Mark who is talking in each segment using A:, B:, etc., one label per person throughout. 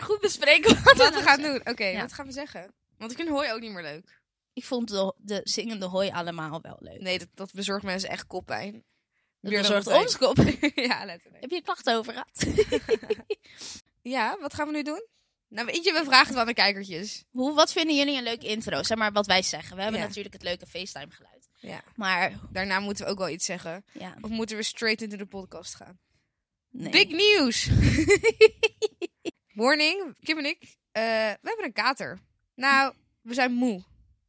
A: goed bespreken wat,
B: Wat we gaan doen. Oké,
A: Ja.
B: wat gaan we zeggen? Want ik vind hooi ook niet meer leuk.
A: Ik vond de, de zingende hooi allemaal wel leuk.
B: Nee, dat, dat bezorgt mensen echt koppijn.
A: Dat
B: Meer dan
A: bezorgt
B: altijd.
A: ons kop.
B: ja, letterlijk.
A: Heb je klachten over gehad?
B: Ja, wat gaan we nu doen? Nou, weet je, we vragen het wel aan de kijkertjes.
A: Hoe, wat vinden jullie een leuke intro? Zeg maar wat wij zeggen. We hebben
B: Ja.
A: natuurlijk het leuke FaceTime geluid.
B: Ja.
A: Maar
B: Daarna moeten we ook wel iets zeggen.
A: ja,
B: Of moeten we straight into de podcast gaan?
A: nee.
B: Big nieuws! Morning, Kim en ik. eh, we hebben een kater. Nou, we zijn moe.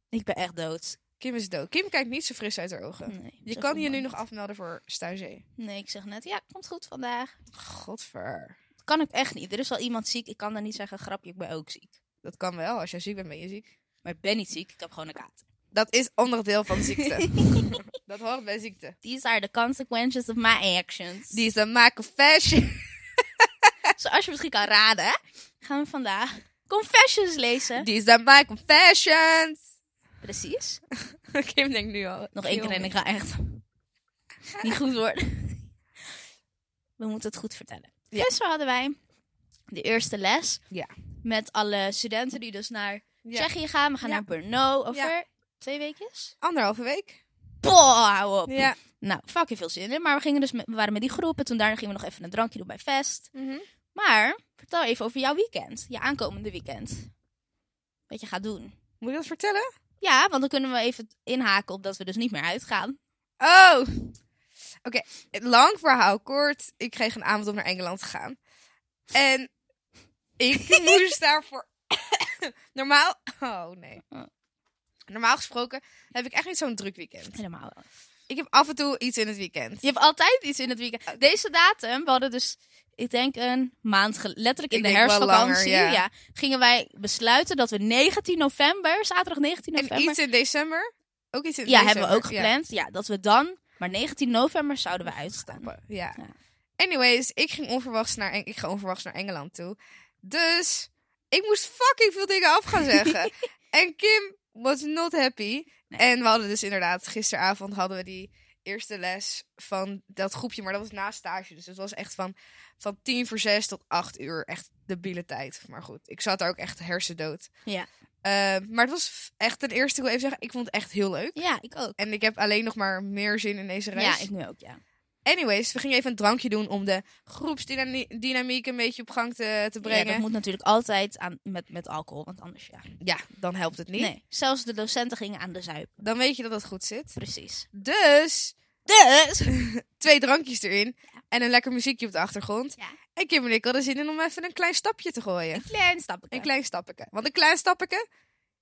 A: Ik ben echt dood.
B: Kim is dood. Kim kijkt niet zo fris uit haar ogen.
A: Nee,
B: Je
A: zo
B: kan
A: voel
B: je
A: ik
B: nu
A: me
B: nog
A: niet.
B: afmelden voor Stuizee.
A: Nee, ik zeg net, ja, komt goed vandaag.
B: Godver.
A: Dat kan ik echt niet. Er is al iemand ziek. Ik kan dan niet zeggen, grapje, ik ben ook ziek.
B: Dat kan wel. Als jij ziek bent, ben je ziek.
A: Maar ik ben niet ziek. Ik heb gewoon een kater.
B: Dat is ander deel van ziekte. dat hoort bij ziekte.
A: These are the consequences of my actions.
B: Die is een maken fashion.
A: Zoals je misschien kan raden, hè, gaan we vandaag confessions lezen.
B: Die is een maken fashion.
A: Precies.
B: Kim denkt nu al.
A: Nog één keer en ik ga echt niet goed worden. We moeten het goed vertellen.
B: Ja.
A: Gisteren hadden wij de eerste les.
B: Ja.
A: Met alle studenten die dus naar
B: Ja.
A: Tsjechië gaan. We gaan
B: Ja.
A: naar Brno over
B: Ja.
A: twee weekjes.
B: Anderhalve week.
A: Boah, hou op.
B: Ja.
A: Nou, fucking veel zin in. Maar we, gingen dus met, we waren met die groep. En toen daarna gingen we nog even een drankje doen bij Fest.
B: Mhm.
A: Maar vertel even over jouw weekend. Je aankomende weekend. Wat je gaat doen.
B: Moet je dat vertellen?
A: Ja, want dan kunnen we even inhaken op dat we dus niet meer uitgaan.
B: Oh! Oké, lang verhaal kort. Ik kreeg een aanbod om naar Engeland te gaan. En ik moest daarvoor. Normaal. Oh nee. Normaal gesproken heb ik echt niet zo'n druk weekend.
A: Helemaal wel.
B: Ik heb af en toe iets in het weekend.
A: Je hebt altijd iets in het weekend. Deze datum, we hadden dus, ik denk een maand geleden, letterlijk in
B: Ik
A: de
B: denk wel
A: herfstvakantie,
B: langer,
A: ja.
B: ja.
A: gingen wij besluiten dat we 19 november, zaterdag 19
B: En
A: november,
B: iets in december. Ook iets in
A: ja,
B: december.
A: hebben we ook
B: Ja.
A: gepland. Ja. dat we dan, maar 19 november zouden we uitstappen.
B: stappen. Ja.
A: Ja.
B: Anyways, ik ging onverwachts naar, Eng- ik ga onverwachts naar Engeland toe. Dus ik moest fucking veel dingen af gaan zeggen. en Kim was not happy.
A: Nee.
B: En we hadden dus inderdaad, gisteravond hadden we die eerste les van dat groepje. Maar dat was na stage. Dus het was echt van, van tien voor zes tot acht uur. Echt debiele tijd. Maar goed, ik zat daar ook echt hersendood.
A: Ja.
B: Eh, maar het was f- echt ten eerste, ik wil even zeggen, ik vond het echt heel leuk.
A: Ja, ik ook.
B: En ik heb alleen nog maar meer zin in deze reis.
A: Ja, ik nu ook, ja.
B: Anyways, we gingen even een drankje doen om de groepsdynamiek een beetje op gang te, te
A: ja. Dat
B: brengen. Ja,
A: moet natuurlijk altijd aan, met, met alcohol, want anders ja.
B: dan helpt het niet.
A: Nee, zelfs de docenten gingen aan de zuip.
B: Dan weet je dat het goed zit.
A: Precies.
B: Dus
A: Dus,
B: twee drankjes erin en een lekker muziekje op de achtergrond.
A: Ja.
B: En Kim en ik hadden zin in om even een klein stapje te gooien.
A: klein stapje.
B: Een klein stappeke. Want een klein stappeke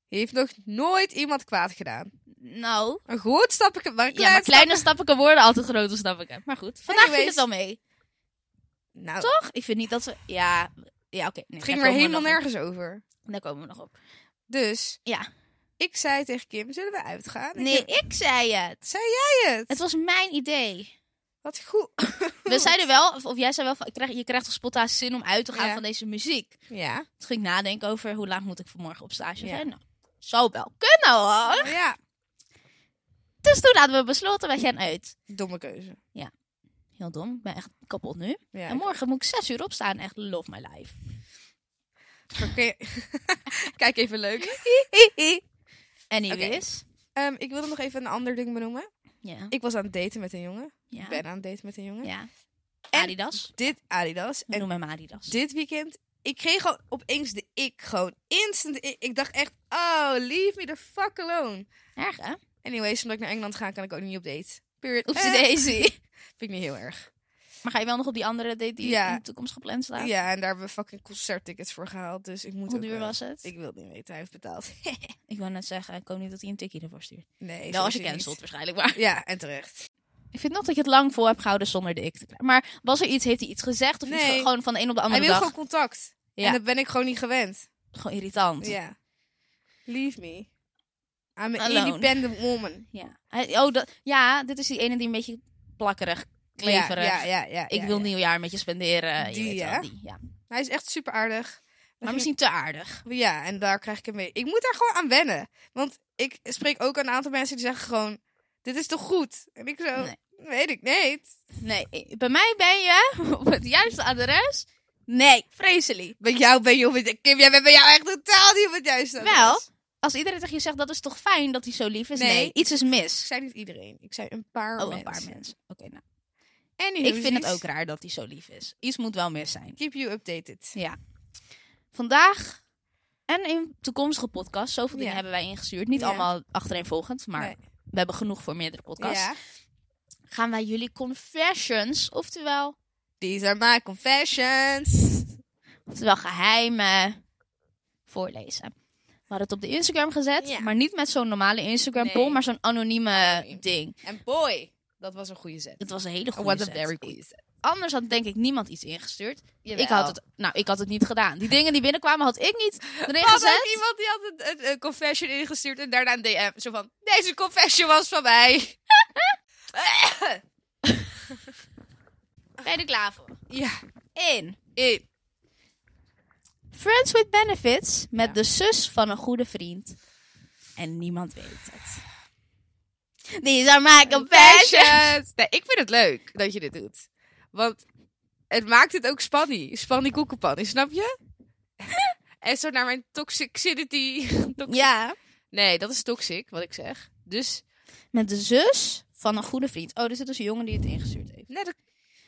B: heeft nog nooit iemand kwaad gedaan.
A: Nou,
B: Een goed stappeke, maar een
A: Ja,
B: klein
A: maar kleine stappikken worden altijd grote stappikken. Maar goed, vandaag viel
B: Anyways.
A: het al mee.
B: stap- Nou,
A: Toch? Ik vind niet dat ze... Ja, ja oké. nee,
B: het ging
A: daar komen
B: er
A: we
B: helemaal
A: nog op.
B: nergens over.
A: Daar komen we nog op.
B: Dus
A: Ja.
B: ik zei tegen Kim, zullen we uitgaan? En
A: Nee,
B: Kim
A: ik zei het.
B: zei het.
A: Het was mijn idee.
B: Wat goed.
A: We zeiden wel, of, of jij zei wel, van, ik krijg, je krijgt toch spontaan zin om uit te gaan
B: Ja.
A: van deze muziek.
B: Ja.
A: Toen ging ik nadenken over hoe laat moet ik vanmorgen op stage
B: Ja.
A: zijn. Nou, zou wel kunnen hoor.
B: Oh Ja.
A: Dus toen hadden we besloten, wij gaan uit.
B: Domme keuze.
A: Heel dom, ik ben echt kapot nu.
B: Ja.
A: En morgen moet ik zes uur opstaan. Echt love my life.
B: Oké. Kijk even leuk.
A: Anyways.
B: Ehm, ik wilde nog even een ander ding benoemen.
A: Ja.
B: Ik was aan het daten met een jongen.
A: ja.
B: Ik ben aan het daten met een jongen.
A: Ja.
B: En-
A: Adidas.
B: Dit Adidas.
A: We
B: En
A: noemen hem Adidas.
B: dit weekend, ik kreeg gewoon opeens de ik. Gewoon instant ik. Ik dacht echt, oh, leave me the fuck alone.
A: Erg, hè?
B: Eh. Anyways, omdat ik naar Engeland ga, kan ik ook niet op date. Period.
A: Oeps,
B: Eh,
A: Daisy.
B: Vind ik niet heel erg.
A: Maar ga je wel nog op die andere date die
B: Ja.
A: in de toekomst gepland staat?
B: Ja, en daar hebben we fucking concerttickets voor gehaald. Dus ik moet
A: Hoe
B: ook
A: duur
B: wel.
A: was het? Ik,
B: Ik wil het niet weten. Hij heeft betaald.
A: wou net zeggen, ik hoop niet dat hij een tikkie ervoor stuurt.
B: Nee,
A: wel Nou, als je
B: sowieso niet.
A: cancelt waarschijnlijk, maar...
B: Ja, en terecht.
A: Ik vind nog dat je het lang vol hebt gehouden zonder de ik te krijgen. Maar was er iets, heeft hij iets gezegd? Of iets
B: Nee.
A: ge- gewoon van de een op de
B: Hij
A: andere
B: wil
A: dag?
B: gewoon contact.
A: Ja.
B: En dat ben ik gewoon niet gewend.
A: Gewoon irritant.
B: Ja. Leave me. I'm an
A: Alone.
B: independent woman.
A: Ja. Hij- oh, dat, ja, dit is die ene die een beetje plakkerig, kleverig.
B: Ja, ja, ja, ja,
A: Ik
B: ja,
A: wil
B: ja.
A: nieuwjaar met je spenderen. je
B: Die,
A: weet wel,
B: hè?
A: die, ja.
B: Hij is echt super aardig.
A: Maar misschien te aardig.
B: Ja, en daar krijg ik hem mee. Ik moet daar gewoon aan wennen. Want ik spreek ook een aantal mensen die zeggen gewoon... Dit is toch goed? En ik zo...
A: Nee.
B: Weet ik niet.
A: Nee, bij mij ben je op het juiste adres Nee, vreselijk.
B: Bij jou ben je op het... Oh, Kim, jij bent bij jou echt totaal niet op het juiste adres.
A: Wel. Als iedereen tegen je zegt, dat is toch fijn dat hij zo lief is?
B: Nee.
A: Nee, iets is
B: Ik
A: mis.
B: zei niet iedereen. Ik zei een paar
A: Oh,
B: mensen.
A: een paar mensen. Oké, nou.
B: Anywho,
A: Ik vind het
B: sis,
A: ook raar dat hij zo lief is. Iets moet wel mis zijn.
B: Keep you updated.
A: Ja. Vandaag en in toekomstige podcasts, zoveel dingen
B: Ja.
A: hebben wij ingestuurd. Niet
B: Ja.
A: allemaal achtereenvolgend, maar
B: Nee.
A: we hebben genoeg voor meerdere podcasts.
B: Ja.
A: Gaan wij jullie confessions, oftewel,
B: These are my confessions.
A: oftewel geheimen, voorlezen. We hadden het op de Instagram gezet,
B: Ja.
A: maar niet met zo'n normale Instagram poll,
B: Nee.
A: maar zo'n anonieme
B: Anoniem.
A: ding.
B: En boy, dat was een goede zet.
A: Het was een hele goede
B: What a
A: set.
B: Oh, very goede set.
A: Anders had denk ik niemand iets ingestuurd.
B: Jawel.
A: Ik had het, nou, ik had het niet gedaan. Die dingen die binnenkwamen had ik niet erin
B: Er was ook
A: gezet.
B: iemand die had een, een, een confession ingestuurd en daarna een DM. Zo van, deze confession was van mij.
A: Ben je er klaar voor?
B: ja.
A: In.
B: Eh,
A: Friends with Benefits met
B: Ja.
A: de zus van een goede vriend. En niemand weet het. These are my confessions.
B: Confessions. Nee, ik vind het leuk dat je dit doet. Want het maakt het ook spanny. Spanny koekenpan, snap je? en zo naar mijn toxicity. Toxic-
A: Ja.
B: Nee, dat is toxic, wat ik zeg. Dus,
A: Met de zus van een goede vriend. Oh, er zit dus een jongen die het ingestuurd heeft.
B: nee, dat,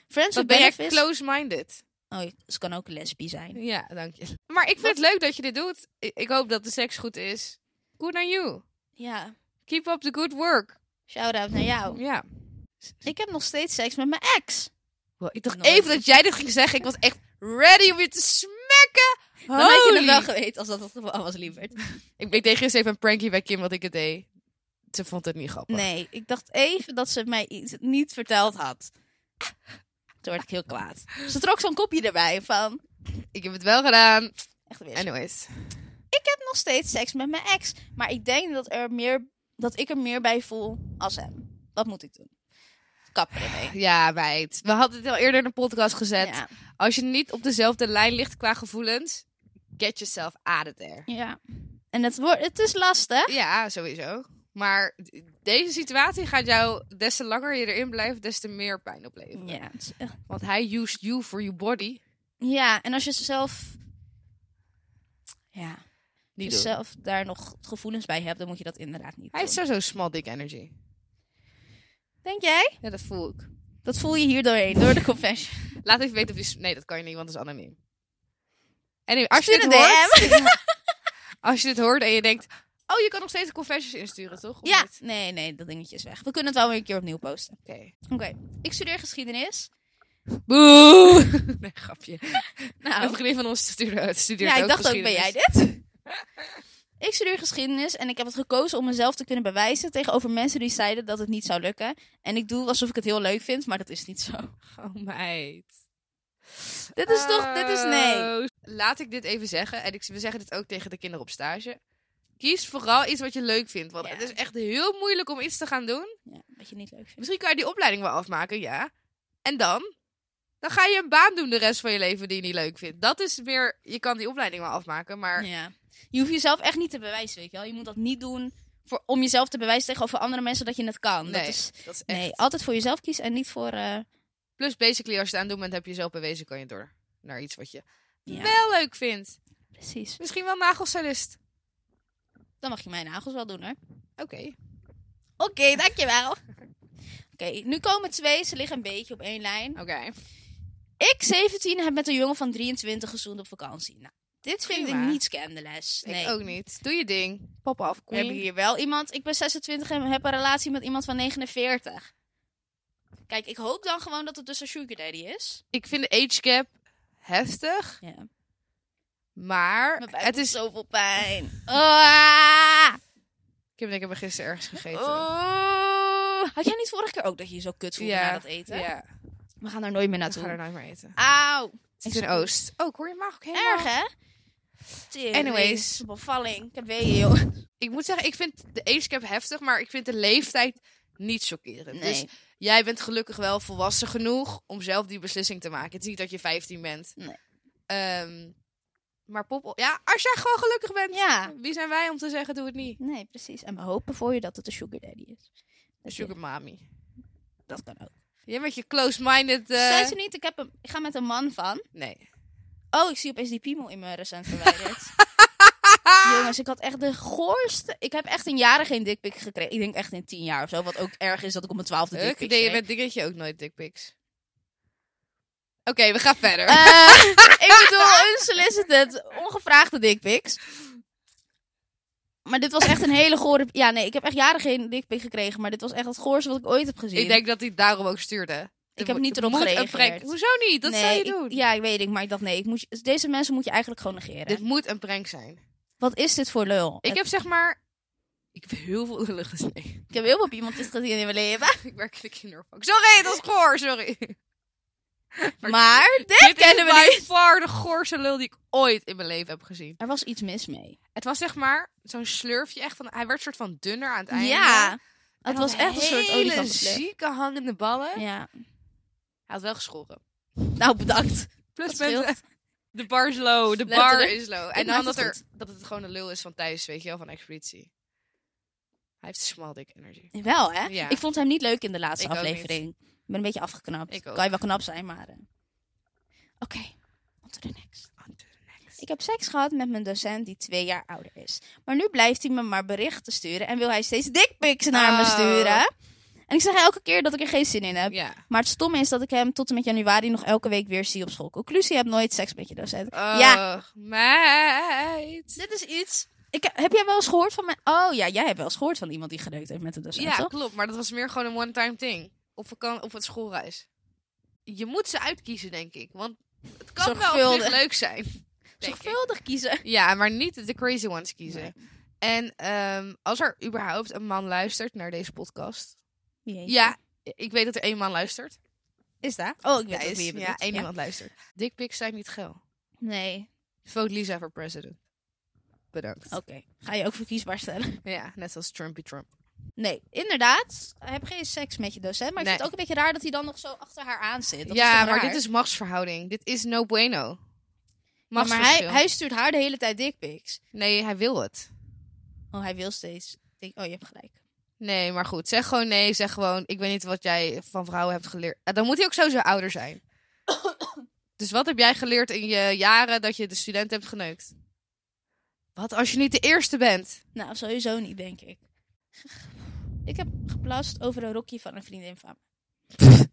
A: Friends with
B: dat ben jij
A: Benefits.
B: close-minded.
A: Oh, ze kan ook lesbi zijn.
B: Ja, dank je. Maar ik vind het leuk dat je dit doet. I- Ik hoop dat de seks goed is. Good on you.
A: Ja.
B: Keep up the good work.
A: Shout-out naar jou.
B: Ja.
A: Ik heb nog steeds seks met mijn ex.
B: ik dacht
A: Nooit.
B: even dat jij dit ging zeggen. Ik was echt ready om je te smekken.
A: Dan had je
B: Holy.
A: het wel geweten als dat het geval was, lieverd.
B: Ik, ik deed gisteren even een prankie bij Kim wat ik het deed. Ze vond het niet grappig.
A: Nee, ik dacht even dat ze mij iets niet verteld had. Toen werd ik heel kwaad. Ze trok zo'n kopje erbij van...
B: Ik heb het wel gedaan.
A: Echt weer
B: Anyways.
A: nog steeds seks met mijn ex. Maar ik denk dat, er meer, dat ik er meer bij voel als hem. Wat moet ik doen? Kappen ermee.
B: Ja, meid. We hadden het al eerder in de podcast gezet.
A: Ja.
B: Als je niet op dezelfde lijn ligt qua gevoelens, get yourself out of there.
A: ja. En het, wordt, het is lastig.
B: Ja, sowieso. Maar d- deze situatie gaat jou, des te langer je erin blijft, des te meer pijn opleveren.
A: Ja, het is echt-
B: Want hij used you for your body.
A: ja en als je zelf... Ja, als
B: Niet
A: je
B: doen.
A: zelf daar nog gevoelens bij hebt, dan moet je dat inderdaad niet
B: Hij
A: doen.
B: heeft sowieso small dick energy.
A: Denk jij?
B: Ja, dat voel ik.
A: Dat voel je hier doorheen, door de confession.
B: Laat even weten of je... s- Nee, dat kan je niet, want dat is anoniem. Anyway, als je
A: Stuur
B: dit
A: een
B: hoort... als je dit hoort en je denkt... Oh, je kan nog steeds confessions insturen, toch? Of
A: Ja,
B: niet?
A: nee, nee, dat dingetje is weg. We kunnen het wel weer een keer opnieuw posten.
B: Oké.
A: Oké, ik studeer geschiedenis.
B: Boe! nee, grapje.
A: Nou,
B: Een vriendin van ons studeert, studeert
A: ja,
B: ook
A: ik dacht ook, ben
B: geschiedenis.
A: jij dit? ik studeer geschiedenis en ik heb het gekozen om mezelf te kunnen bewijzen tegenover mensen die zeiden dat het niet zou lukken. En ik doe alsof ik het heel leuk vind, maar dat is niet zo.
B: Oh, meid.
A: Dit is toch, dit is nee.
B: Oh. Laat ik dit even zeggen. En ik, we zeggen dit ook tegen de kinderen op stage. Kies vooral iets wat je leuk vindt. Want
A: Ja.
B: het is echt heel moeilijk om iets te gaan doen.
A: Ja, wat je niet leuk vindt.
B: Misschien kan je die opleiding wel afmaken, ja. En dan? Dan ga je een baan doen de rest van je leven die je niet leuk vindt. Dat is weer... Je kan die opleiding wel afmaken, maar...
A: Ja. Je hoeft jezelf echt niet te bewijzen, weet je wel. Je moet dat niet doen voor, om jezelf te bewijzen tegenover andere mensen dat je het kan.
B: Nee,
A: dat is,
B: dat is echt...
A: nee altijd voor jezelf kiezen en niet voor... eh,
B: Plus, basically, als je het aan het doen bent, heb je jezelf bewezen, kan je door naar iets wat je
A: ja,
B: wel leuk vindt.
A: precies.
B: Misschien wel nagelstylist.
A: Dan mag je mijn nagels wel doen, hoor.
B: Oké.
A: Oké, dankjewel. Oké, nu komen twee. Ze liggen een beetje op één lijn.
B: Oké.
A: Ik, 17, heb met een jongen van 23 gezoend op vakantie. Nou, dit vind
B: Prima.
A: ik niet scandalous. Nee.
B: Ik ook niet. Doe je ding. Pop af,
A: We hebben
B: queen.
A: hier wel iemand... Ik ben 26 en heb een relatie met iemand van 49. Kijk, ik hoop dan gewoon dat het dus een sugar daddy is.
B: Ik vind de age gap heftig,
A: Ja.
B: maar het is...
A: zoveel pijn. Ah!
B: Kim en ik hebben gisteren ergens gegeten.
A: Oh. Had jij niet vorige keer ook dat je je zo kut voelde
B: Ja,
A: na dat eten?
B: Ja,
A: We gaan daar nooit meer
B: we gaan er
A: naartoe.
B: nooit meer eten.
A: Auw.
B: Het is in Oost. Oh, ik hoor je maag ook helemaal.
A: Erg, hè? Tering,
B: Anyways.
A: Bevalling. Ik heb weeën, joh.
B: Ik moet zeggen, ik vind de age gap heftig, maar ik vind de leeftijd niet chockerend.
A: Nee.
B: Dus jij bent gelukkig wel volwassen genoeg om zelf die beslissing te maken. Het is niet dat je 15 bent.
A: Nee.
B: Ehm, maar pop, ja, als jij gewoon gelukkig bent,
A: Ja.
B: wie zijn wij om te zeggen doe het niet?
A: Nee, precies. En we hopen voor je dat het een sugar daddy is. Dat,
B: Sugar mommy.
A: je- dat kan ook.
B: Jij met je close-minded... eh,
A: Zij ze niet, ik, heb een, ik ga met een man van.
B: Nee.
A: Oh, ik zie opeens die piemel in mijn recent verwijderd. Jongens, ik had echt de goorste... Ik heb echt in jaren geen dikpik gekregen. Ik denk echt in tien jaar of zo. Wat ook erg is dat ik op mijn twaalfde
B: Ik
A: dikpik
B: deed
A: kreeg.
B: met dingetje ook nooit dickpics. Oké, we gaan verder.
A: Eh, ik bedoel, unsolicited, ongevraagde dickpics. Maar dit was echt een hele gore... Ja, nee, ik heb echt jaren geen dickpic gekregen. Maar dit was echt het goorste wat ik ooit heb gezien.
B: ik denk dat hij daarom ook stuurde.
A: Ik
B: Er
A: heb
B: mo-
A: niet
B: er
A: erop
B: moet een prank-
A: gereageerd.
B: Hoezo niet? Dat
A: nee,
B: zou je
A: ik-
B: doen.
A: ja, ik weet het, maar ik dacht nee. Ik moet, je- dus deze mensen moet je eigenlijk gewoon negeren.
B: Dit moet een prank zijn.
A: Wat is dit voor lul?
B: Ik
A: Het-
B: heb zeg maar... Ik heb heel veel lullen gesneden.
A: ik heb heel veel iemand dit gezien in mijn leven.
B: ik werk in de kinderopvang. Sorry, dat is goor, sorry. Maar-
A: Maar dit,
B: Dit
A: kennen
B: is
A: we
B: by
A: niet.
B: far de goorste lul die ik ooit in mijn leven heb gezien.
A: Er was iets mis mee.
B: Het was zeg maar zo'n slurfje echt van... Hij werd soort van dunner aan het einde.
A: Ja. Het
B: En had
A: was echt een soort
B: hele
A: olifantensleep.
B: zieke hangende ballen.
A: Ja.
B: Hij had wel geschoren.
A: Nou, bedankt.
B: Plus
A: Dat scheelt.
B: punten. De bar is low, de bar
A: Letterlijk.
B: is low. En
A: maakt
B: dan
A: het
B: dat, er,
A: goed.
B: dat het gewoon een lul is van Thijs, weet je wel, van Expeditie. Hij heeft small dick energy.
A: Wel, hè?
B: Ja.
A: Ik vond hem niet leuk in de laatste
B: Ik ook
A: aflevering. Ik ben een beetje afgeknapt.
B: Ik ook.
A: Kan je wel knap zijn, maar... eh. Oké, on to the next.
B: On to the next.
A: Ik heb seks gehad met mijn docent die twee jaar ouder is. Maar nu blijft hij me maar berichten sturen en wil hij steeds dickpics naar me
B: Oh.
A: sturen. En ik zeg elke keer dat ik er geen zin in heb.
B: Ja.
A: Maar het stomme is dat ik hem tot en met januari nog elke week weer zie op school. Conclusie, heb nooit seks met je docent.
B: Oh.
A: Ja,
B: ja. meid.
A: dit is iets... Ik, heb jij wel eens gehoord van mijn... Oh ja, jij hebt wel eens gehoord van iemand die geneukt heeft met een docent,
B: Ja,
A: toch?
B: klopt. Maar dat was meer gewoon een one-time thing. Op, vakan- op het schoolreis. Je moet ze uitkiezen, denk ik. Want het kan wel op zich
A: Zorgvuldig.
B: leuk zijn. denk ik.
A: Zorgvuldig kiezen.
B: Ja, maar niet de crazy ones kiezen. En ehm, als er überhaupt een man luistert naar deze podcast.
A: Jeetje.
B: Ja, ik weet dat er één man luistert.
A: Is dat? Oh, ik weet
B: Thijs,
A: ook wie je
B: ja,
A: bedoelt.
B: één iemand luistert. Dickpics zijn niet geil.
A: Nee.
B: Vote Lisa voor president. Bedankt.
A: Oké. Ga je ook verkiesbaar stellen?
B: Ja, net als Trumpy Trump.
A: Nee. Inderdaad. Heb geen seks met je docent. Maar ik
B: Nee.
A: vind het ook een beetje raar dat hij dan nog zo achter haar aan zit. Dat is
B: ja,
A: toch
B: maar
A: raar?
B: dit is machtsverhouding. Dit is no bueno.
A: Ja, maar
B: Machtsverschil.
A: hij, hij stuurt haar de hele tijd dickpics.
B: Nee, hij wil het.
A: Oh, hij wil steeds. Denk, oh, je hebt gelijk.
B: Nee, maar goed. Zeg gewoon nee. Zeg gewoon, ik weet niet wat jij van vrouwen hebt geleerd. Eh, Dan moet hij ook sowieso ouder zijn. dus wat heb jij geleerd in je jaren dat je de student hebt geneukt? Wat als je niet de eerste bent?
A: Nou, sowieso niet, denk ik. Ik heb geplast over een rokje van een vriendin van me.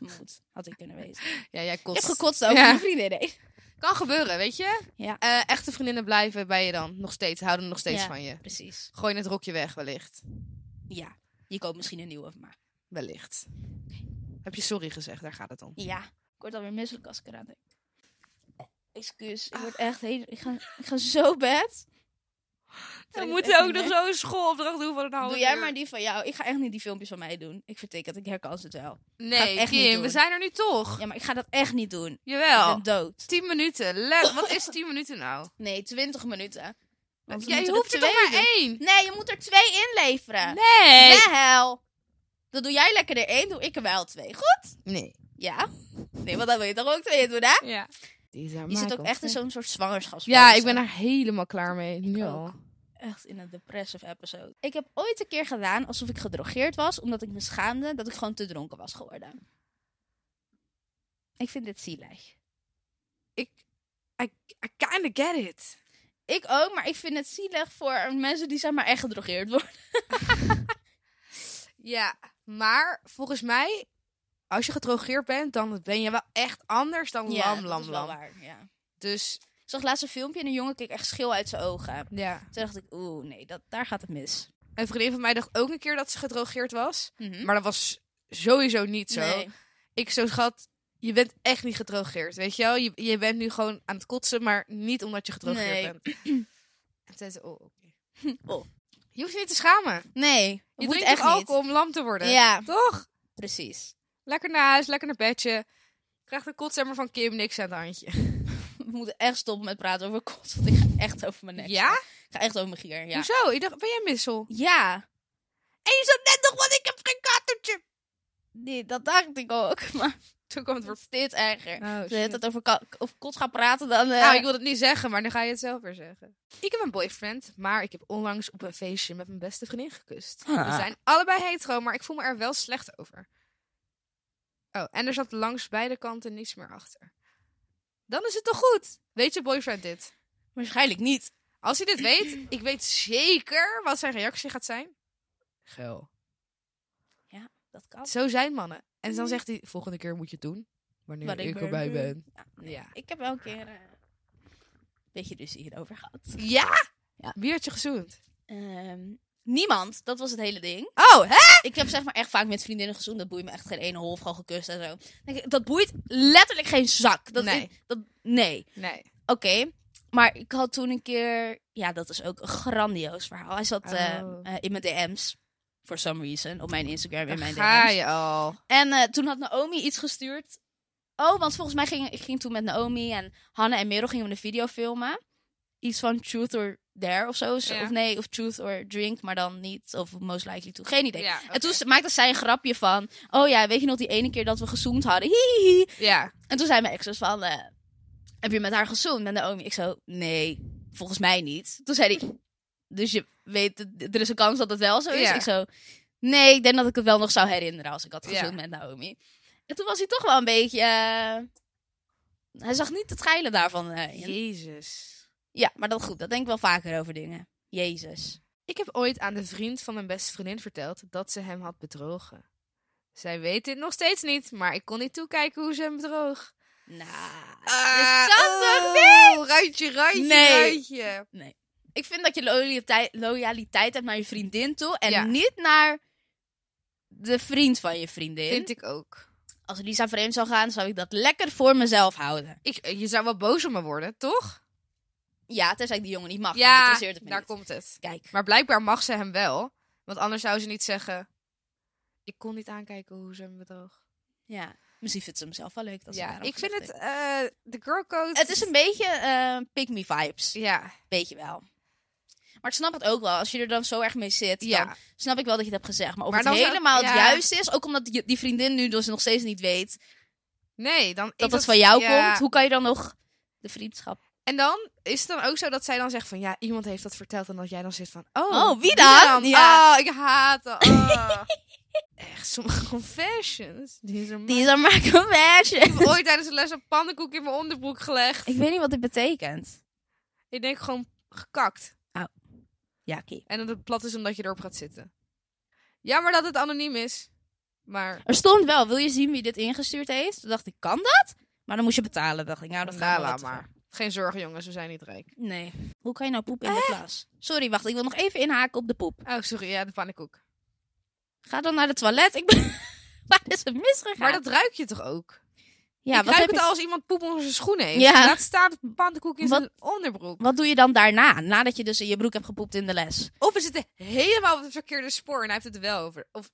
A: Moet, had ik kunnen weten.
B: Ja, jij
A: Ik heb
B: kost.
A: gekotst over
B: Ja.
A: mijn vriendin. nee.
B: Kan gebeuren, weet je?
A: Ja.
B: Eh, echte vriendinnen blijven bij je dan. Nog steeds. Houden nog steeds
A: Ja.
B: van je.
A: Precies.
B: Gooi het rokje weg, wellicht.
A: Ja. Je koopt misschien een nieuwe, maar...
B: Wellicht. Heb je sorry gezegd? Daar gaat het om.
A: Ja, ik word alweer misselijk als ik eraan denk. Excuus, ik word echt heel... Ik ga, ik ga zo bed.
B: We
A: Trek
B: moeten
A: echt
B: ook
A: niet
B: nog
A: meer.
B: zo'n schoolopdracht doen van een half
A: Doe jij maar die van jou. Ik ga echt niet die filmpjes van mij doen. Ik vertik het, ik herkans het wel. Ga
B: Nee,
A: ik echt niet
B: Kim, we
A: doen.
B: zijn er nu toch.
A: Ja, maar ik ga dat echt niet doen.
B: Jawel.
A: Ik ben dood.
B: 10 minuten. Let, wat is 10 minuten nou?
A: Nee, 20 minuten. Want we
B: Jij
A: moeten
B: hoeft er
A: er
B: toch
A: twee
B: maar één?
A: doen. Nee, je moet er twee inleveren.
B: Nee.
A: Wel. Dan doe jij lekker er één, doe ik er wel twee. Goed?
B: Nee.
A: Ja. Nee, want dan wil je toch ook twee doen, hè?
B: Ja.
A: Je zit ook echt in zo'n soort zwangerschaps.
B: Ja, ik ben er helemaal klaar mee. Ja.
A: ook. echt in een depressive episode. Ik heb ooit een keer gedaan alsof ik gedrogeerd was, omdat ik me schaamde dat ik gewoon te dronken was geworden. Ik vind dit zielig.
B: Ik, I, I kinda get it.
A: Ik ook, maar ik vind het zielig voor mensen die zeg maar echt gedrogeerd worden.
B: Ja, maar volgens mij, als je gedrogeerd bent, dan ben je wel echt anders dan lam,
A: dat
B: lam,
A: is wel
B: lam.
A: waar. Ja.
B: Dus
A: Ik zag laatst een filmpje en een jongen keek echt schil uit zijn ogen.
B: ja.
A: Toen dacht ik, oeh, nee, dat, daar gaat het mis.
B: Een vriendin van mij dacht ook een keer dat ze gedrogeerd was.
A: Mhm.
B: Maar dat was sowieso niet zo.
A: Nee.
B: ik zo schat, je bent echt niet gedrogeerd. Weet je wel, je, je bent nu gewoon aan het kotsen, maar niet omdat je gedrogeerd
A: Nee.
B: bent. En zei ze, oh, oké.
A: Oh.
B: Je hoeft je niet te schamen.
A: Nee,
B: Je
A: het moet
B: drinkt
A: echt
B: echt alcohol om lam te worden.
A: niet. Ja,
B: Toch?
A: precies.
B: Lekker naar huis, lekker naar bedje. Krijgt een kotsemmer van Kim niks aan het handje.
A: We moeten echt stoppen met praten over kot, want ik ga echt over mijn nek.
B: Ja?
A: slaan. Ik ga echt over mijn gier, ja.
B: Hoezo? Ik dacht, ben jij missel?
A: Ja.
B: En je zat net nog, want ik heb geen katertje.
A: Nee, dat dacht ik ook. Maar
B: Toen kwam het
A: het
B: weer...
A: wordt steeds erger.
B: Oh,
A: Als je het over ka- of kot gaat praten, dan... eh,
B: Nou, ik wil het niet zeggen, maar dan ga je het zelf weer zeggen. Ik heb een boyfriend, maar ik heb onlangs op een feestje met mijn beste vriendin gekust.
A: Ah.
B: We zijn allebei hetero, maar ik voel me er wel slecht over. Oh, en er zat langs beide kanten niets meer achter. Dan is het toch goed? Weet je boyfriend dit?
A: Waarschijnlijk niet.
B: Als hij dit weet, ik weet zeker wat zijn reactie gaat zijn. Geil.
A: Dat kan.
B: Zo zijn mannen. En dan zegt hij, volgende keer moet je het doen. Mm. Wanneer
A: Wanneer
B: ik
A: ik
B: erbij
A: er-
B: ben.
A: Ja, nee.
B: Ja.
A: Ik heb wel een keer eh, een beetje dus hierover gehad.
B: Ja?
A: Ja.
B: Wie had je gezoend?
A: Ehm, niemand, dat was het hele ding.
B: Oh, hè?
A: Ik heb zeg maar echt vaak met vriendinnen gezoend. Dat boeit me echt geen ene hol of gewoon gekust en zo. Dan denk ik, Dat boeit letterlijk geen zak. Dat
B: Nee.
A: ik- dat, nee.
B: Nee.
A: Oké. Maar ik had toen een keer... Ja, dat is ook een grandioos verhaal. Hij zat eh,
B: Oh.
A: eh, in mijn DM's. For some reason. Op mijn Instagram in
B: Daar
A: mijn
B: ga
A: DM's.
B: je al.
A: En eh, toen had Naomi iets gestuurd. Oh, want volgens mij ging ik ging toen met Naomi en Hanne en Merel gingen we een video filmen. Iets van Truth or Dare of zo.
B: Ja.
A: Of nee, of Truth or Drink, maar dan niet. Of most likely to. Geen idee.
B: Ja,
A: En toen ze- maakte zij een grapje van... Oh ja, weet je nog die ene keer dat we gezoend hadden? Hihihi.
B: Ja.
A: En toen zei mijn ex dus van... eh, heb je met haar gezoend, met Naomi? Ik zo, nee, volgens mij niet. Toen zei hij... Dus je weet, het- er is een kans dat het wel zo is?
B: Ja.
A: Ik zo, nee, ik denk dat ik het wel nog zou herinneren... als ik had
B: Ja.
A: gezoend met Naomi. En toen was hij toch wel een beetje... eh, hij zag niet het geilen daarvan. eh, in.
B: Jezus.
A: ja, maar dat goed. Dat denk ik wel vaker over dingen. Jezus.
B: Ik heb ooit aan de vriend van mijn beste vriendin verteld dat ze hem had bedrogen. Zij weet dit nog steeds niet, maar ik kon niet toekijken hoe ze hem bedroog.
A: Nou,
B: Ah,
A: dat kan toch
B: oh, Randje, randje,
A: Nee.
B: randje.
A: ik vind dat je loyaliteit, loyaliteit hebt naar je vriendin toe en
B: Ja.
A: niet naar de vriend van je vriendin.
B: Vind ik ook.
A: Als Lisa vreemd zou gaan, zou ik dat lekker voor mezelf houden.
B: Ik, eh, je zou wel boos op me worden, toch?
A: Ja, tenzij ik die jongen niet mag. dan
B: ja,
A: interesseert het me
B: daar
A: niet.
B: komt het.
A: Kijk,
B: Maar blijkbaar mag ze hem wel, want anders zou ze niet zeggen... Ik kon niet aankijken hoe ze hem bedroog.
A: ja, misschien vindt ze hem zelf wel leuk. Dat ze
B: ja,
A: daarom
B: ik vind
A: gezegd
B: het... eh, de girl code...
A: heeft. Het is een beetje eh pick me vibes,
B: Ja,
A: weet je wel. Maar ik snap het ook wel. Als je er dan zo erg mee zit,
B: ja.
A: dan snap ik wel dat je het hebt gezegd. Maar of
B: Maar
A: het
B: dan zou-
A: helemaal het
B: ja.
A: juist is, ook omdat die, die vriendin nu dus nog steeds niet weet dat
B: Nee, dan...
A: dat,
B: is
A: van jou
B: ja.
A: komt, hoe kan je dan nog de vriendschap
B: En dan is het dan ook zo dat zij dan zegt van ja, iemand heeft dat verteld en dat jij dan zit van oh,
A: Oh, wie dan? Ja.
B: Oh, ik haat dat. Oh. Echt, sommige confessions. Die is er
A: Die is aan Marco
B: Ik heb ooit tijdens de les een pannenkoek in mijn onderbroek gelegd.
A: Ik weet niet wat dit betekent.
B: Ik denk gewoon gekakt.
A: Ja, oké.
B: En dat het plat is omdat je erop gaat zitten. Jammer dat het anoniem is. Maar
A: Er stond wel, wil je zien wie dit ingestuurd heeft? Toen dacht ik, kan dat? Maar dan moest je betalen. dacht ik, nou, dat gaat
B: nou,
A: wel
B: laat
A: wat te
B: maar. Geen zorgen jongens, we zijn niet rijk.
A: ver. Nee. Hoe kan je nou poep in de
B: Eh?
A: klas? Sorry, wacht, ik wil nog even inhaken op de poep.
B: Oh, sorry, ja, de pannenkoek.
A: Ga dan naar het toilet. Ik ben... Waar is het misgegaan?
B: Maar dat ruik je toch ook?
A: ja,
B: ik
A: wat,
B: ruik
A: heb
B: het
A: je...
B: al als iemand poep onder zijn schoenen heeft.
A: Ja.
B: Laat staan pannenkoek in
A: Wat-
B: zijn onderbroek.
A: wat doe je dan daarna? Nadat je dus in je broek hebt gepoept in de les.
B: Of we zitten helemaal op het verkeerde spoor en hij heeft het er wel over. Of,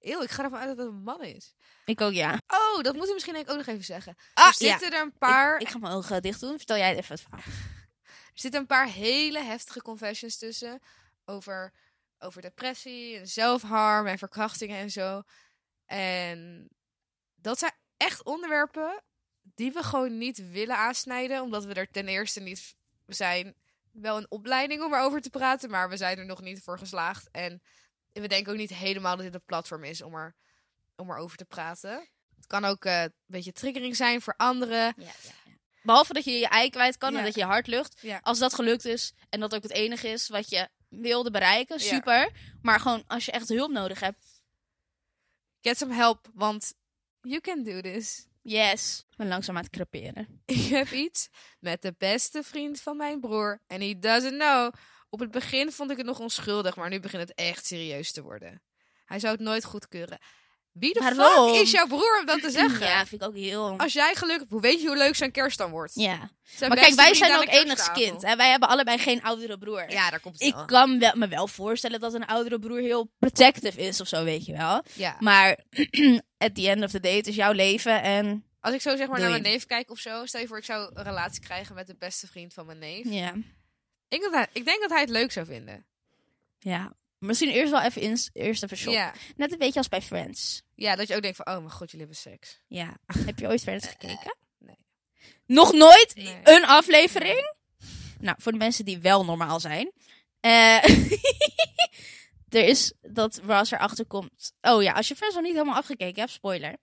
B: eeuw, ik ga ervan uit dat het een man is.
A: Ik ook, ja.
B: Oh, dat moeten we misschien denk ik ook nog even zeggen.
A: Ah,
B: er
A: ja.
B: zitten er een paar,
A: Ik ga mijn ogen dicht doen. Vertel jij het even het verhaal.
B: er zitten een paar hele heftige confessions tussen. Over, over depressie en zelfharm en verkrachtingen en zo. En dat zijn echt onderwerpen die we gewoon niet willen aansnijden. Omdat we er ten eerste niet... We zijn wel een opleiding om erover te praten, maar we zijn er nog niet voor geslaagd. En we denken ook niet helemaal dat dit een platform is om, er, om erover te praten. Het kan ook eh, een beetje triggering zijn voor anderen.
A: Behalve dat je je ei kwijt kan
B: Ja.
A: en dat je je hart lucht.
B: Ja.
A: Als dat gelukt is en dat ook het enige is wat je wilde bereiken,
B: Ja.
A: super. Maar gewoon als je echt hulp nodig hebt,
B: Get some help, want you can do this.
A: yes. Ik ben langzaam aan het creperen.
B: Ik heb iets met de beste vriend van mijn broer. En he doesn't know. Op het begin vond ik het nog onschuldig, maar nu begint het echt serieus te worden. Hij zou het nooit goedkeuren. Wie de
A: Waarom?
B: fuck is jouw broer om dat te zeggen?
A: Ja, vind ik ook heel...
B: Als jij gelukkig... Hoe weet je hoe leuk zijn kerst dan wordt?
A: Ja.
B: Zijn
A: Maar kijk,
B: beste
A: wij
B: vriend
A: zijn
B: aan
A: ook
B: de
A: enigst
B: kersttafel.
A: kind. Hè? Wij hebben allebei geen oudere broer.
B: Ja, daar komt het
A: Ik
B: wel.
A: kan wel, me wel voorstellen dat een oudere broer heel protective is of zo, weet je wel.
B: Ja.
A: Maar at the end of the day, het is jouw leven en...
B: Als ik zo zeg maar
A: Doe
B: naar
A: je.
B: mijn neef kijk of zo. Stel je voor, ik zou een relatie krijgen met de beste vriend van mijn neef.
A: Ja.
B: Ik, denk dat hij, ik denk dat hij het leuk zou vinden.
A: Ja. Misschien eerst wel even, ins- eerst even shoppen.
B: Ja.
A: Net een beetje als bij Friends.
B: ja, dat je ook denkt van, oh mijn god, jullie hebben seks.
A: Ja. Heb je ooit Friends gekeken?
B: Eh, nee.
A: Nog nooit
B: Nee.
A: een aflevering? Nou, voor de mensen die wel normaal zijn. Eh, er is dat Ross erachter komt. Oh ja, als je Friends nog niet helemaal afgekeken hebt, spoiler.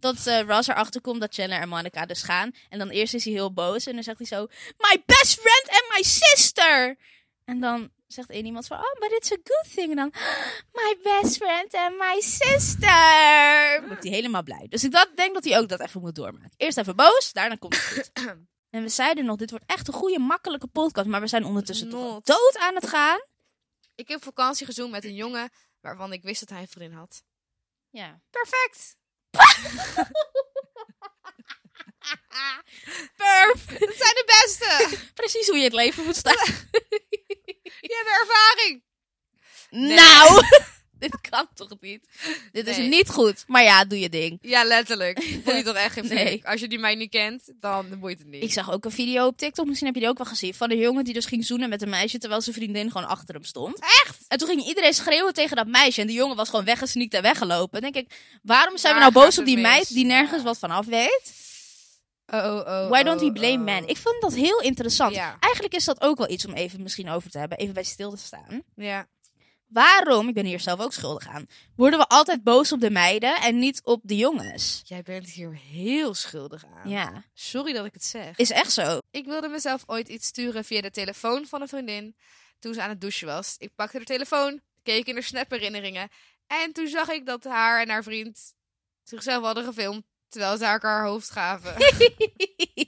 A: Tot eh, Ross erachter komt dat Chandler en Monica dus gaan. En dan eerst is hij heel boos. En dan zegt hij zo, my best friend and my sister. En dan zegt één iemand van, oh, but it's a good thing. En dan, my best friend and my sister. Dan wordt hij helemaal blij. Dus ik dat, denk dat hij ook dat even moet doormaken. Eerst even boos, daarna komt het goed. En we zeiden nog, dit wordt echt een goede, makkelijke podcast. Maar we zijn ondertussen toch al
B: Not.
A: dood aan het gaan.
B: Ik heb vakantie gezoend met een jongen waarvan ik wist dat hij een vriendin had.
A: Ja.
B: Perfect!
A: Perf.
B: Dat zijn de beste!
A: Precies hoe je het leven moet staan.
B: Die hebben ervaring! Nee.
A: Nou, dit kan toch niet? Dit is
B: Nee.
A: niet goed. Maar ja, doe je ding.
B: Ja, letterlijk. Voel je toch echt geen
A: Nee.
B: fuck. Als je die mij niet kent, dan boeit het niet.
A: Ik zag ook een video op TikTok, misschien heb je die ook wel gezien, van een jongen die dus ging zoenen met een meisje terwijl zijn vriendin gewoon achter hem stond.
B: Echt?
A: En toen ging iedereen schreeuwen tegen dat meisje en die jongen was gewoon weggesneakt en weggelopen. En denk ik, waarom zijn we
B: Waar
A: nou boos
B: gaat
A: op die
B: het
A: meid
B: mis?
A: die nergens
B: Ja.
A: wat van af weet?
B: Oh, oh, oh.
A: Why don't we
B: oh,
A: blame
B: oh.
A: men? Ik vond dat heel interessant.
B: Ja.
A: Eigenlijk is dat ook wel iets om even misschien over te hebben, even bij stil te staan.
B: Ja.
A: Waarom, ik ben hier zelf ook schuldig aan, worden we altijd boos op de meiden en niet op de jongens?
B: Jij bent hier heel schuldig aan.
A: Ja,
B: Sorry dat ik het zeg.
A: is echt zo.
B: Ik wilde mezelf ooit iets sturen via de telefoon van een vriendin. Toen ze aan het douchen was. Ik pakte haar telefoon, keek in haar snapherinneringen. En toen zag ik dat haar en haar vriend zichzelf hadden gefilmd. Terwijl ze elkaar haar hoofd gaven.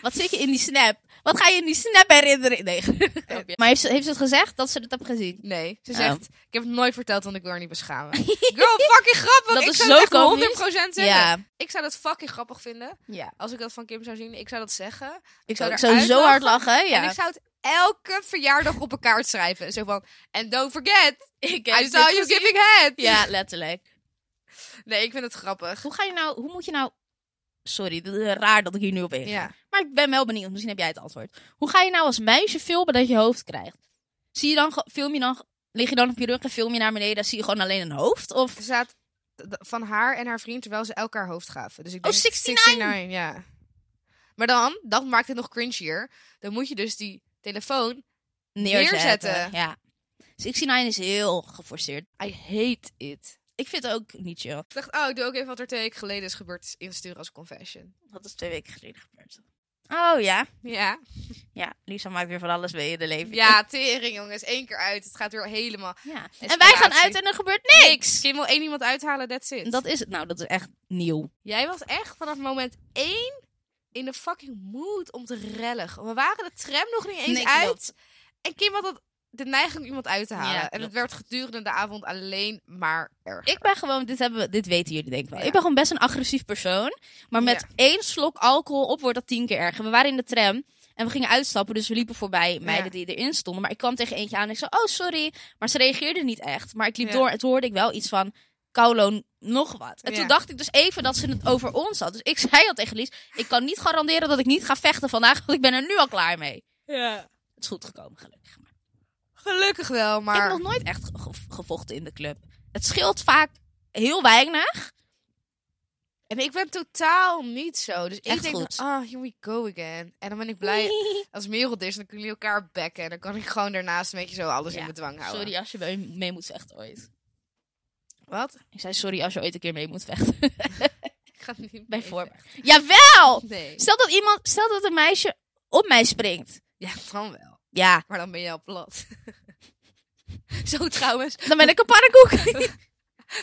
A: Wat zit je in die snap? Wat ga je in die snap herinneren? Nee, grapje. maar heeft ze, heeft ze het gezegd dat ze het heeft gezien?
B: Nee, ze
A: Oh.
B: zegt, ik heb het nooit verteld, want ik wil haar niet beschamen. Girl, fucking grappig!
A: Dat
B: ik
A: is
B: zou
A: zo
B: het echt wel
A: komisch.
B: 100% zeggen.
A: Ja,
B: Ik zou dat fucking grappig vinden.
A: ja.
B: Als ik dat van Kim zou zien, ik zou dat zeggen.
A: Ik
B: zou
A: zou, ik
B: er
A: zou zo hard
B: uitlachen
A: lachen.
B: En ik
A: Ja.
B: zou het elke verjaardag op een kaart schrijven. Zo van, and don't forget,
A: Ik
B: I saw you giving head.
A: Ja, letterlijk.
B: Nee, ik vind het grappig.
A: Hoe ga je nou, hoe moet je nou... Sorry, dit is raar dat ik hier nu op in.
B: Ja.
A: Maar ik ben wel benieuwd, misschien heb jij het antwoord. Hoe ga je nou als meisje filmen dat je hoofd krijgt? Zie je dan, ge- film je dan, lig je dan op je rug en film je naar beneden, zie je gewoon alleen een hoofd? Of
B: Ze staat d- van haar en haar vriend, terwijl ze elkaar hoofd gaven. Dus ik
A: Oh,
B: denk
A: 69.
B: 69, ja. Maar dan, dat maakt het nog cringier. Dan moet je dus die telefoon...
A: neerzetten?
B: Neerzetten.
A: Ja. Dus 69 is heel geforceerd.
B: I hate it.
A: Ik vind het ook niet chill.
B: Ik dacht, oh, ik doe ook even wat er twee weken geleden is gebeurd insturen als confession.
A: Dat is twee weken geleden gebeurd. Oh ja.
B: Ja.
A: Ja, Lisa maakt weer van alles mee in de leven.
B: Ja, tering jongens. Eén keer uit. Het gaat weer helemaal...
A: Ja. En wij
B: Escalatie.
A: gaan uit en er gebeurt niks.
B: Kim wil één iemand uithalen, that's it.
A: Dat is het. Nou, dat is echt nieuw.
B: Jij was echt vanaf moment één in de fucking mood om te rellen. We waren de tram nog niet eens
A: Nee, klopt.
B: uit. En Kim had dat- de neiging om iemand uit te
A: Ja,
B: halen. en
A: klopt.
B: het werd gedurende de avond alleen maar erg.
A: Ik ben gewoon, dit, hebben we, dit weten jullie denk ik wel.
B: Ja.
A: Ik ben gewoon best een agressief persoon. Maar met één slok alcohol op wordt dat tien keer erger. We waren in de tram en we gingen uitstappen. Dus we liepen voorbij meiden
B: Ja.
A: die erin stonden. Maar ik kwam tegen eentje aan en ik zei, oh sorry. Maar ze reageerde niet echt. Maar ik liep
B: Ja.
A: door en toen hoorde ik wel iets van... Kouloon nog wat. En
B: Ja.
A: toen dacht ik dus even dat ze het over ons had. Dus ik zei al tegen Lies, ik kan niet garanderen dat ik niet ga vechten vandaag, want ik ben er nu al klaar mee.
B: Ja.
A: Het is goed gekomen, gelukkig. Maar
B: Gelukkig wel,
A: Ik
B: maar...
A: heb nog nooit echt ge- ge- gevochten in de club. Het scheelt vaak heel weinig.
B: En ik ben totaal niet zo. Dus
A: Echt
B: ik denk,
A: goed.
B: van, ah, here we go again. En dan ben ik blij als Merel er is, dan kunnen jullie elkaar bekken. En dan kan ik gewoon daarnaast een beetje zo alles
A: Ja,
B: in bedwang houden.
A: Sorry als je mee, mee moet vechten ooit.
B: Wat?
A: Ik zei sorry als je ooit een keer mee moet vechten.
B: Ik ga het niet
A: Bij
B: mee
A: voorbaat. Jawel!
B: zeggen. Nee.
A: Stel dat iemand, stel dat een meisje op mij springt.
B: Ja, dan wel.
A: Ja,
B: Maar dan ben je al plat. Zo trouwens,
A: dan ben ik een pannenkoek.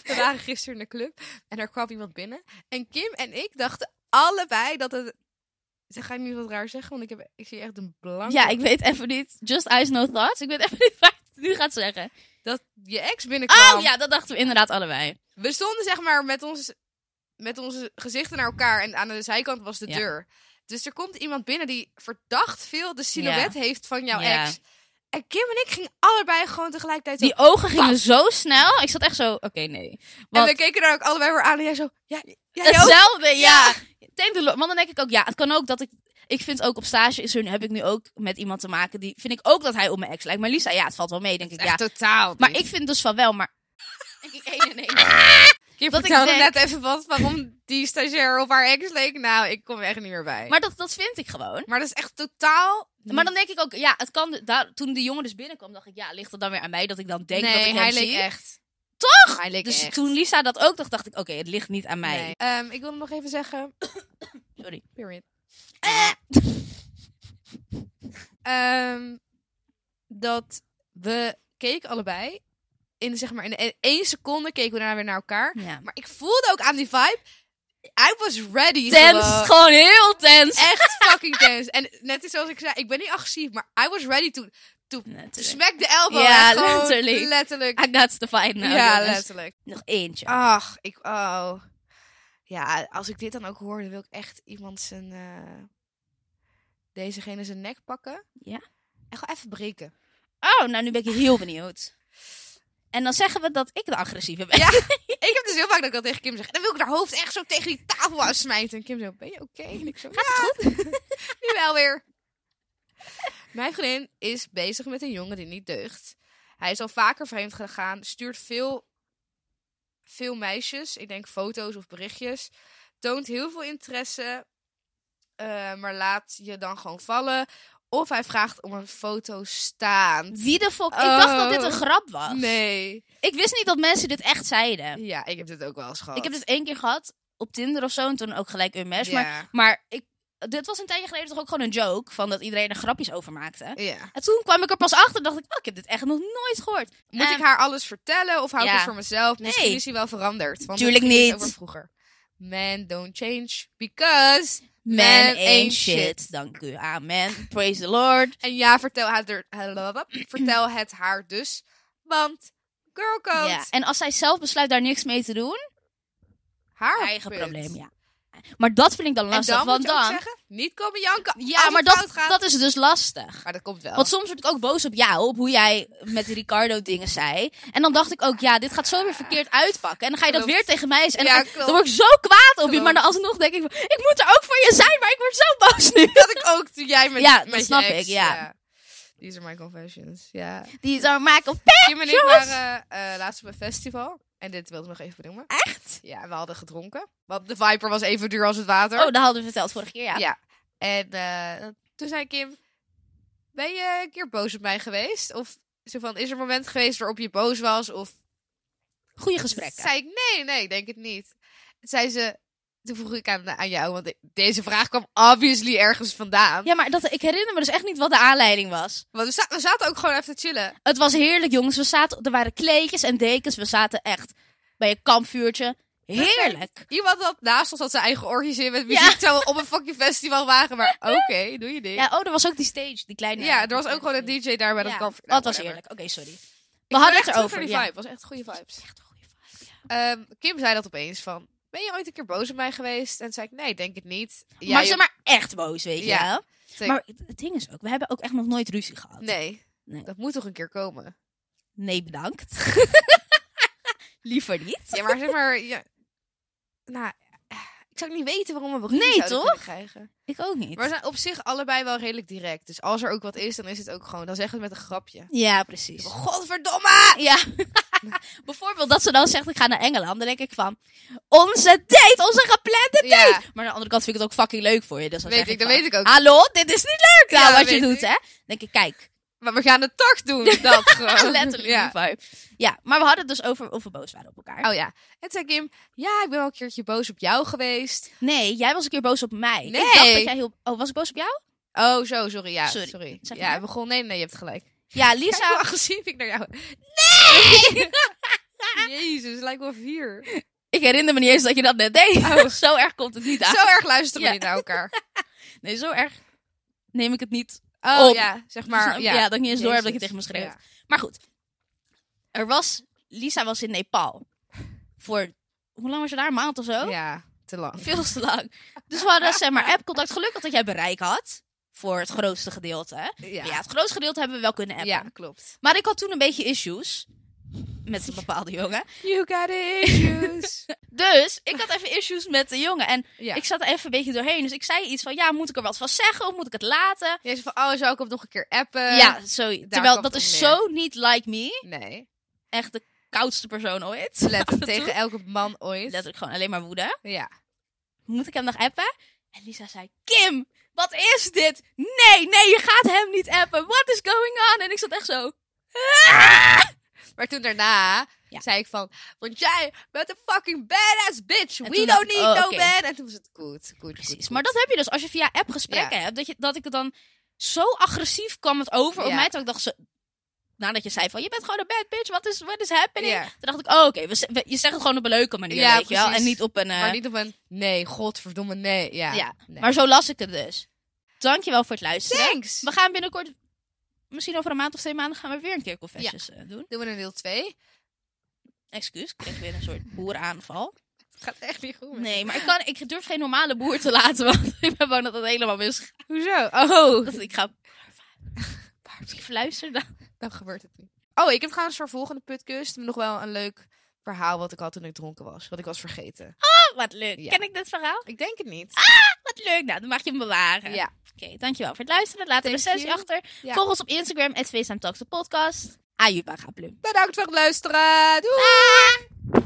B: we waren gisteren in de club en er kwam iemand binnen. En Kim en ik dachten allebei dat het... Ze ga ik nu wat raar zeggen, want ik, heb, ik zie echt een blank.
A: ja, ik weet even niet. Just eyes, no thoughts. Ik weet even niet waar je het nu gaat zeggen.
B: Dat je ex binnenkwam.
A: Oh ja, dat dachten we inderdaad allebei.
B: We stonden zeg maar met, ons, met onze gezichten naar elkaar en aan de zijkant was de
A: Ja.
B: deur. Dus er komt iemand binnen die verdacht veel de silhouet heeft van jouw
A: Ja.
B: ex. En Kim en ik gingen allebei gewoon tegelijkertijd zo...
A: Die ogen gingen zo snel. Ik zat echt zo, oké, nee.
B: en
A: Want
B: we keken daar ook allebei weer aan en jij zo... Ja, ja, jij ook?
A: Hetzelfde, ja. Thank the Lord. Want dan denk ik ook, ja, het kan ook dat ik... Ik vind ook op stage is er, heb ik nu ook met iemand te maken die... Vind ik ook dat hij op mijn ex lijkt. Maar Lisa, ja, het valt wel mee, denk ik. Ja,
B: Echt totaal.
A: Maar
B: niet.
A: ik vind dus van wel, maar... nee, nee,
B: Kim
A: dat ik
B: vertelde
A: denk-
B: net even wat waarom die stagiair op haar ex leek. Nou, ik kom er echt niet meer bij.
A: Maar dat, dat vind ik gewoon.
B: Maar dat is echt totaal...
A: Maar dan denk ik ook, ja, het kan... Daar, toen die jongen dus binnenkwam, dacht ik, ja, ligt het dan weer aan mij dat ik dan denk
B: nee,
A: dat ik hem
B: hij
A: zie?
B: leek echt.
A: Toch?
B: Hij leek
A: Dus
B: echt.
A: toen Lisa dat ook dacht, dacht ik, oké, het ligt niet aan mij.
B: Nee. Ehm, ik wil nog even zeggen.
A: Sorry.
B: Period. Ah.
A: Eh.
B: Ehm, dat we keken allebei. In, zeg maar, in de- e- één seconde keken we daarna weer naar elkaar.
A: Ja.
B: Maar ik voelde ook aan die vibe. I was ready.
A: Tens,
B: gewoon.
A: gewoon heel tens.
B: eh, Echt fucking tense. En net is zoals ik zei, ik ben niet agressief, maar I was ready to, to
A: Natuurlijk.
B: smack the elbow.
A: Ja,
B: hè. Gewoon
A: letterlijk.
B: Letterlijk.
A: I got Ah, the fight now,
B: ja,
A: jongens.
B: letterlijk.
A: Nog eentje.
B: Ach, ik. Oh. Ja, als ik dit dan ook hoor, dan wil ik echt iemand zijn. eh dezegene zijn nek pakken.
A: Ja.
B: En gewoon even breken.
A: Oh, nou nu ben ik heel benieuwd. En dan zeggen we dat ik de agressieve ben.
B: Ja. ik heb dus heel vaak dat ik dat tegen Kim zeg. En dan wil ik haar hoofd echt zo tegen die tafel aansmijten. En Kim zo: Ben je oké? En ik zo: Gaat het goed? nu wel weer. Mijn vriendin is bezig met een jongen die niet deugt. Hij is al vaker vreemd gegaan, stuurt veel, veel meisjes, ik denk foto's of berichtjes. Toont heel veel interesse, eh, maar laat je dan gewoon vallen. Of hij vraagt om een foto staand.
A: Wie de fuck? Ik dacht dat dit
B: Oh.
A: een grap was.
B: Nee.
A: Ik wist niet dat mensen dit echt zeiden.
B: Ja, ik heb dit ook wel eens gehad.
A: Ik heb dit één keer gehad op Tinder of zo en toen ook gelijk een mes.
B: Ja.
A: Maar, maar ik, dit was een tijdje geleden toch ook gewoon een joke van dat iedereen er grapjes over maakte.
B: Ja.
A: En toen kwam ik er pas achter en dacht ik, oh, ik heb dit echt nog nooit gehoord.
B: Moet
A: Ehm,
B: ik haar alles vertellen of hou
A: ja.
B: ik het voor mezelf?
A: Nee.
B: Misschien is hij wel veranderd. Want
A: Tuurlijk
B: misschien is het
A: niet.
B: Over vroeger. Man, don't change because.
A: Man, ain't, shit. Dank u. Amen. Praise the Lord.
B: En ja, vertel, haar er, vertel het haar dus. Want girl code.
A: Ja. En als zij zelf besluit daar niks mee te doen,
B: Haar
A: eigen
B: punt.
A: probleem, ja. Maar dat vind ik dan
B: En
A: lastig,
B: dan
A: want
B: moet je ook
A: dan...
B: zeggen, niet komen janken. als
A: ja,
B: het
A: maar
B: fout
A: dat,
B: gaat.
A: dat is dus lastig.
B: Maar dat komt wel.
A: Oh. Want soms word ik ook boos op jou, op hoe jij met die Ricardo dingen zei. En dan dacht ik ook, ja, dit gaat zo weer verkeerd uitpakken. En dan ga je dat
B: Klopt.
A: weer tegen mij zeggen. En
B: Ja,
A: dan, ga ik-
B: klopt.
A: dan word ik zo kwaad op je.
B: Klopt.
A: Maar dan alsnog denk ik, ik moet er ook voor je zijn, maar ik word zo boos nu.
B: dat ik ook toen jij met
A: Ja,
B: met
A: dat
B: je
A: snap
B: ex,
A: ik, ja.
B: These are my confessions. Ja.
A: Die zou maken op
B: Kim en ik waren eh, laatst op een festival. En dit wilde ik nog even benoemen.
A: Echt?
B: Ja, we hadden gedronken. Want de Viper was even duur als het water.
A: Oh, dat hadden we verteld vorige keer, ja.
B: ja. En eh, toen zei Kim, ben je een keer boos op mij geweest? Of zo van, is er een moment geweest waarop je boos was? Of
A: Goede gesprekken.
B: zei ik, nee, nee, ik denk het niet. Toen zei ze, toen vroeg ik aan, aan jou, want de- deze vraag kwam obviously ergens vandaan.
A: Ja, maar dat, ik herinner me dus echt niet wat de aanleiding was.
B: Want we, za- we zaten ook gewoon even te chillen.
A: Het was heerlijk, jongens. We zaten, er waren kleedjes en dekens. We zaten echt bij een kampvuurtje. Heerlijk.
B: Iemand had naast ons had zijn eigen orgies in met
A: Ja.
B: muziek zo op een fucking festivalwagen. Maar oké, doe je ding.
A: Ja,
B: Ja,
A: oh, er was ook die stage, die kleine...
B: er was ook gewoon een DJ daar bij dat
A: Ja.
B: kamp.
A: Oh,
B: Nou,
A: het was
B: whatever.
A: heerlijk. Oké, sorry.
B: Ik
A: We hadden
B: ben
A: het
B: echt terug
A: erover.
B: naar die
A: ja.
B: vibe. was echt goede vibes.
A: Echt een goede vibe. ja.
B: Ehm, Kim zei dat opeens van... Ben je ooit een keer boos op mij geweest? En toen zei ik, nee, denk het niet. Jij
A: maar
B: ook-
A: ze maar echt boos, weet je
B: Ja.
A: wel?
B: Toen zei ik,
A: Maar het- het ding is ook, we hebben ook echt nog nooit ruzie gehad.
B: nee,
A: Nee.
B: dat moet toch een keer komen?
A: Nee, bedankt. Liever niet.
B: Ja, maar zeg maar... Ja, nou, ik zou niet weten waarom we ruzie
A: Nee,
B: zouden
A: toch?
B: kunnen krijgen.
A: Ik ook niet.
B: Maar we zijn op zich allebei wel redelijk direct. Dus als er ook wat is, dan is het ook gewoon... Dan zeggen we het met een grapje.
A: Ja, precies.
B: Godverdomme!
A: Ja. Bijvoorbeeld dat ze dan zegt, ik ga naar Engeland. Dan denk ik van, onze date, onze geplande
B: Ja.
A: date. Maar aan de andere kant vind ik het ook fucking leuk voor je. Dus dan
B: Weet
A: zeg
B: ik, dat
A: van,
B: weet ik ook.
A: Hallo, dit is niet leuk nou,
B: Ja,
A: wat je
B: weet
A: doet, hè?
B: ik.
A: Dan denk ik, kijk.
B: Maar we gaan het toch doen, dat gewoon.
A: Letterlijk
B: Ja.
A: die vibe. Ja, maar we hadden het dus over of we boos waren op elkaar.
B: Oh ja. En toen zei Kim, ja, ik ben wel een keertje boos op jou geweest.
A: Nee, jij was een keer boos op mij.
B: Nee.
A: Ik dacht dat jij heel... Oh, was ik boos op jou?
B: Oh, zo, sorry. Ja,
A: Sorry.
B: sorry.
A: Zeg
B: ja,
A: maar. nou-
B: hij begon. Nee, nee, je hebt gelijk.
A: Ja,
B: Kijk hoe
A: Lisa...
B: agressief ik naar jou.
A: Ah,
B: Nee! Jezus, het lijkt wel vier.
A: Ik herinner me niet eens dat je dat net deed. zo erg komt het niet aan.
B: Oh. Zo erg luisteren
A: Ja.
B: we niet naar elkaar.
A: Nee, zo erg neem ik het niet.
B: Oh
A: Op.
B: ja, zeg maar. Ja,
A: dat ik niet eens door heb dat je tegen me schreef.
B: schrijft.
A: Maar goed. Er was... Lisa was in Nepal. Voor... Hoe lang was je daar? Een maand of zo?
B: Ja. Ja, te lang.
A: Veel te lang. Dus we hadden zeg maar app-contact. Gelukkig dat jij bereik had. Voor het grootste gedeelte. hè?
B: Ja,
A: Ja, het grootste gedeelte hebben we wel kunnen appen.
B: Ja, klopt.
A: Maar ik had toen een beetje issues. Met een bepaalde jongen.
B: You got issues.
A: Dus ik had even issues met de jongen. En
B: ja.
A: ik zat er even een beetje doorheen. Dus ik zei iets van, ja, moet ik er wat van zeggen of moet ik het laten?
B: Jij zei van, oh, zou ik hem nog een keer appen?
A: ja, zo, terwijl
B: kwam
A: dat
B: het
A: is
B: op neer.
A: zo niet like me.
B: Nee.
A: Echt de koudste persoon ooit. Af en
B: Let
A: toe.
B: tegen elke man ooit.
A: Letterlijk gewoon alleen maar woede.
B: Ja.
A: Moet ik hem nog appen? En Lisa zei, Kim, wat is dit? Nee, nee, je gaat hem niet appen. What is going on? En ik zat echt zo... "Ah!"
B: Maar toen daarna
A: Ja.
B: zei ik van, want jij bent een fucking badass bitch. We
A: toen
B: don't
A: dacht ik,
B: need
A: oh,
B: no
A: oké.
B: man. En toen was het goed, goed,
A: Precies. Maar dat heb je dus als je via app gesprekken hebt. Dat, je, dat ik het dan zo agressief kwam het over op
B: Ja.
A: mij. Dat ik dacht, ze, nadat je zei van, je bent gewoon een bad bitch. Wat is, what is happening?
B: Ja.
A: Toen dacht ik, oh oké, we z- we- je zegt het gewoon op een leuke manier.
B: Ja,
A: weet je wel?
B: precies.
A: En niet op een... eh,
B: Maar niet op een, nee, godverdomme, nee. Ja,
A: Ja,
B: nee.
A: Maar zo las ik het dus. Dankjewel voor het luisteren.
B: thanks.
A: We gaan binnenkort, misschien over een maand of twee maanden, gaan we weer een keer confessions eh, doen.
B: Doen we een deel 2?
A: Excuus, ik kreeg weer een soort
B: Oh,
A: boeraanval.
B: Het gaat echt niet goed. met
A: Nee, maar ik, kan, ik durf geen normale boer te laten, want ik ben bang dat het helemaal misgaat.
B: je. Hoezo? Oh.
A: Dat Ik ga... Ik fluister dan.
B: Dan gebeurt het niet. Oh, ik heb trouwens voor volgende putkust nog wel een leuk verhaal wat ik had toen ik dronken was. Wat ik was vergeten.
A: Oh, wat leuk.
B: Ja.
A: Ken ik dit verhaal?
B: Ik denk het niet.
A: Wat leuk. Nou, dan mag je hem bewaren.
B: Ja.
A: Oké, dankjewel voor het luisteren. Laat een
B: Thank
A: recensie
B: you.
A: achter.
B: Ja.
A: Volg ons op Instagram, at FaceTime Talks, de podcast. Ajuba, ga plum.
B: Bedankt voor het luisteren. Doei.
A: Bye.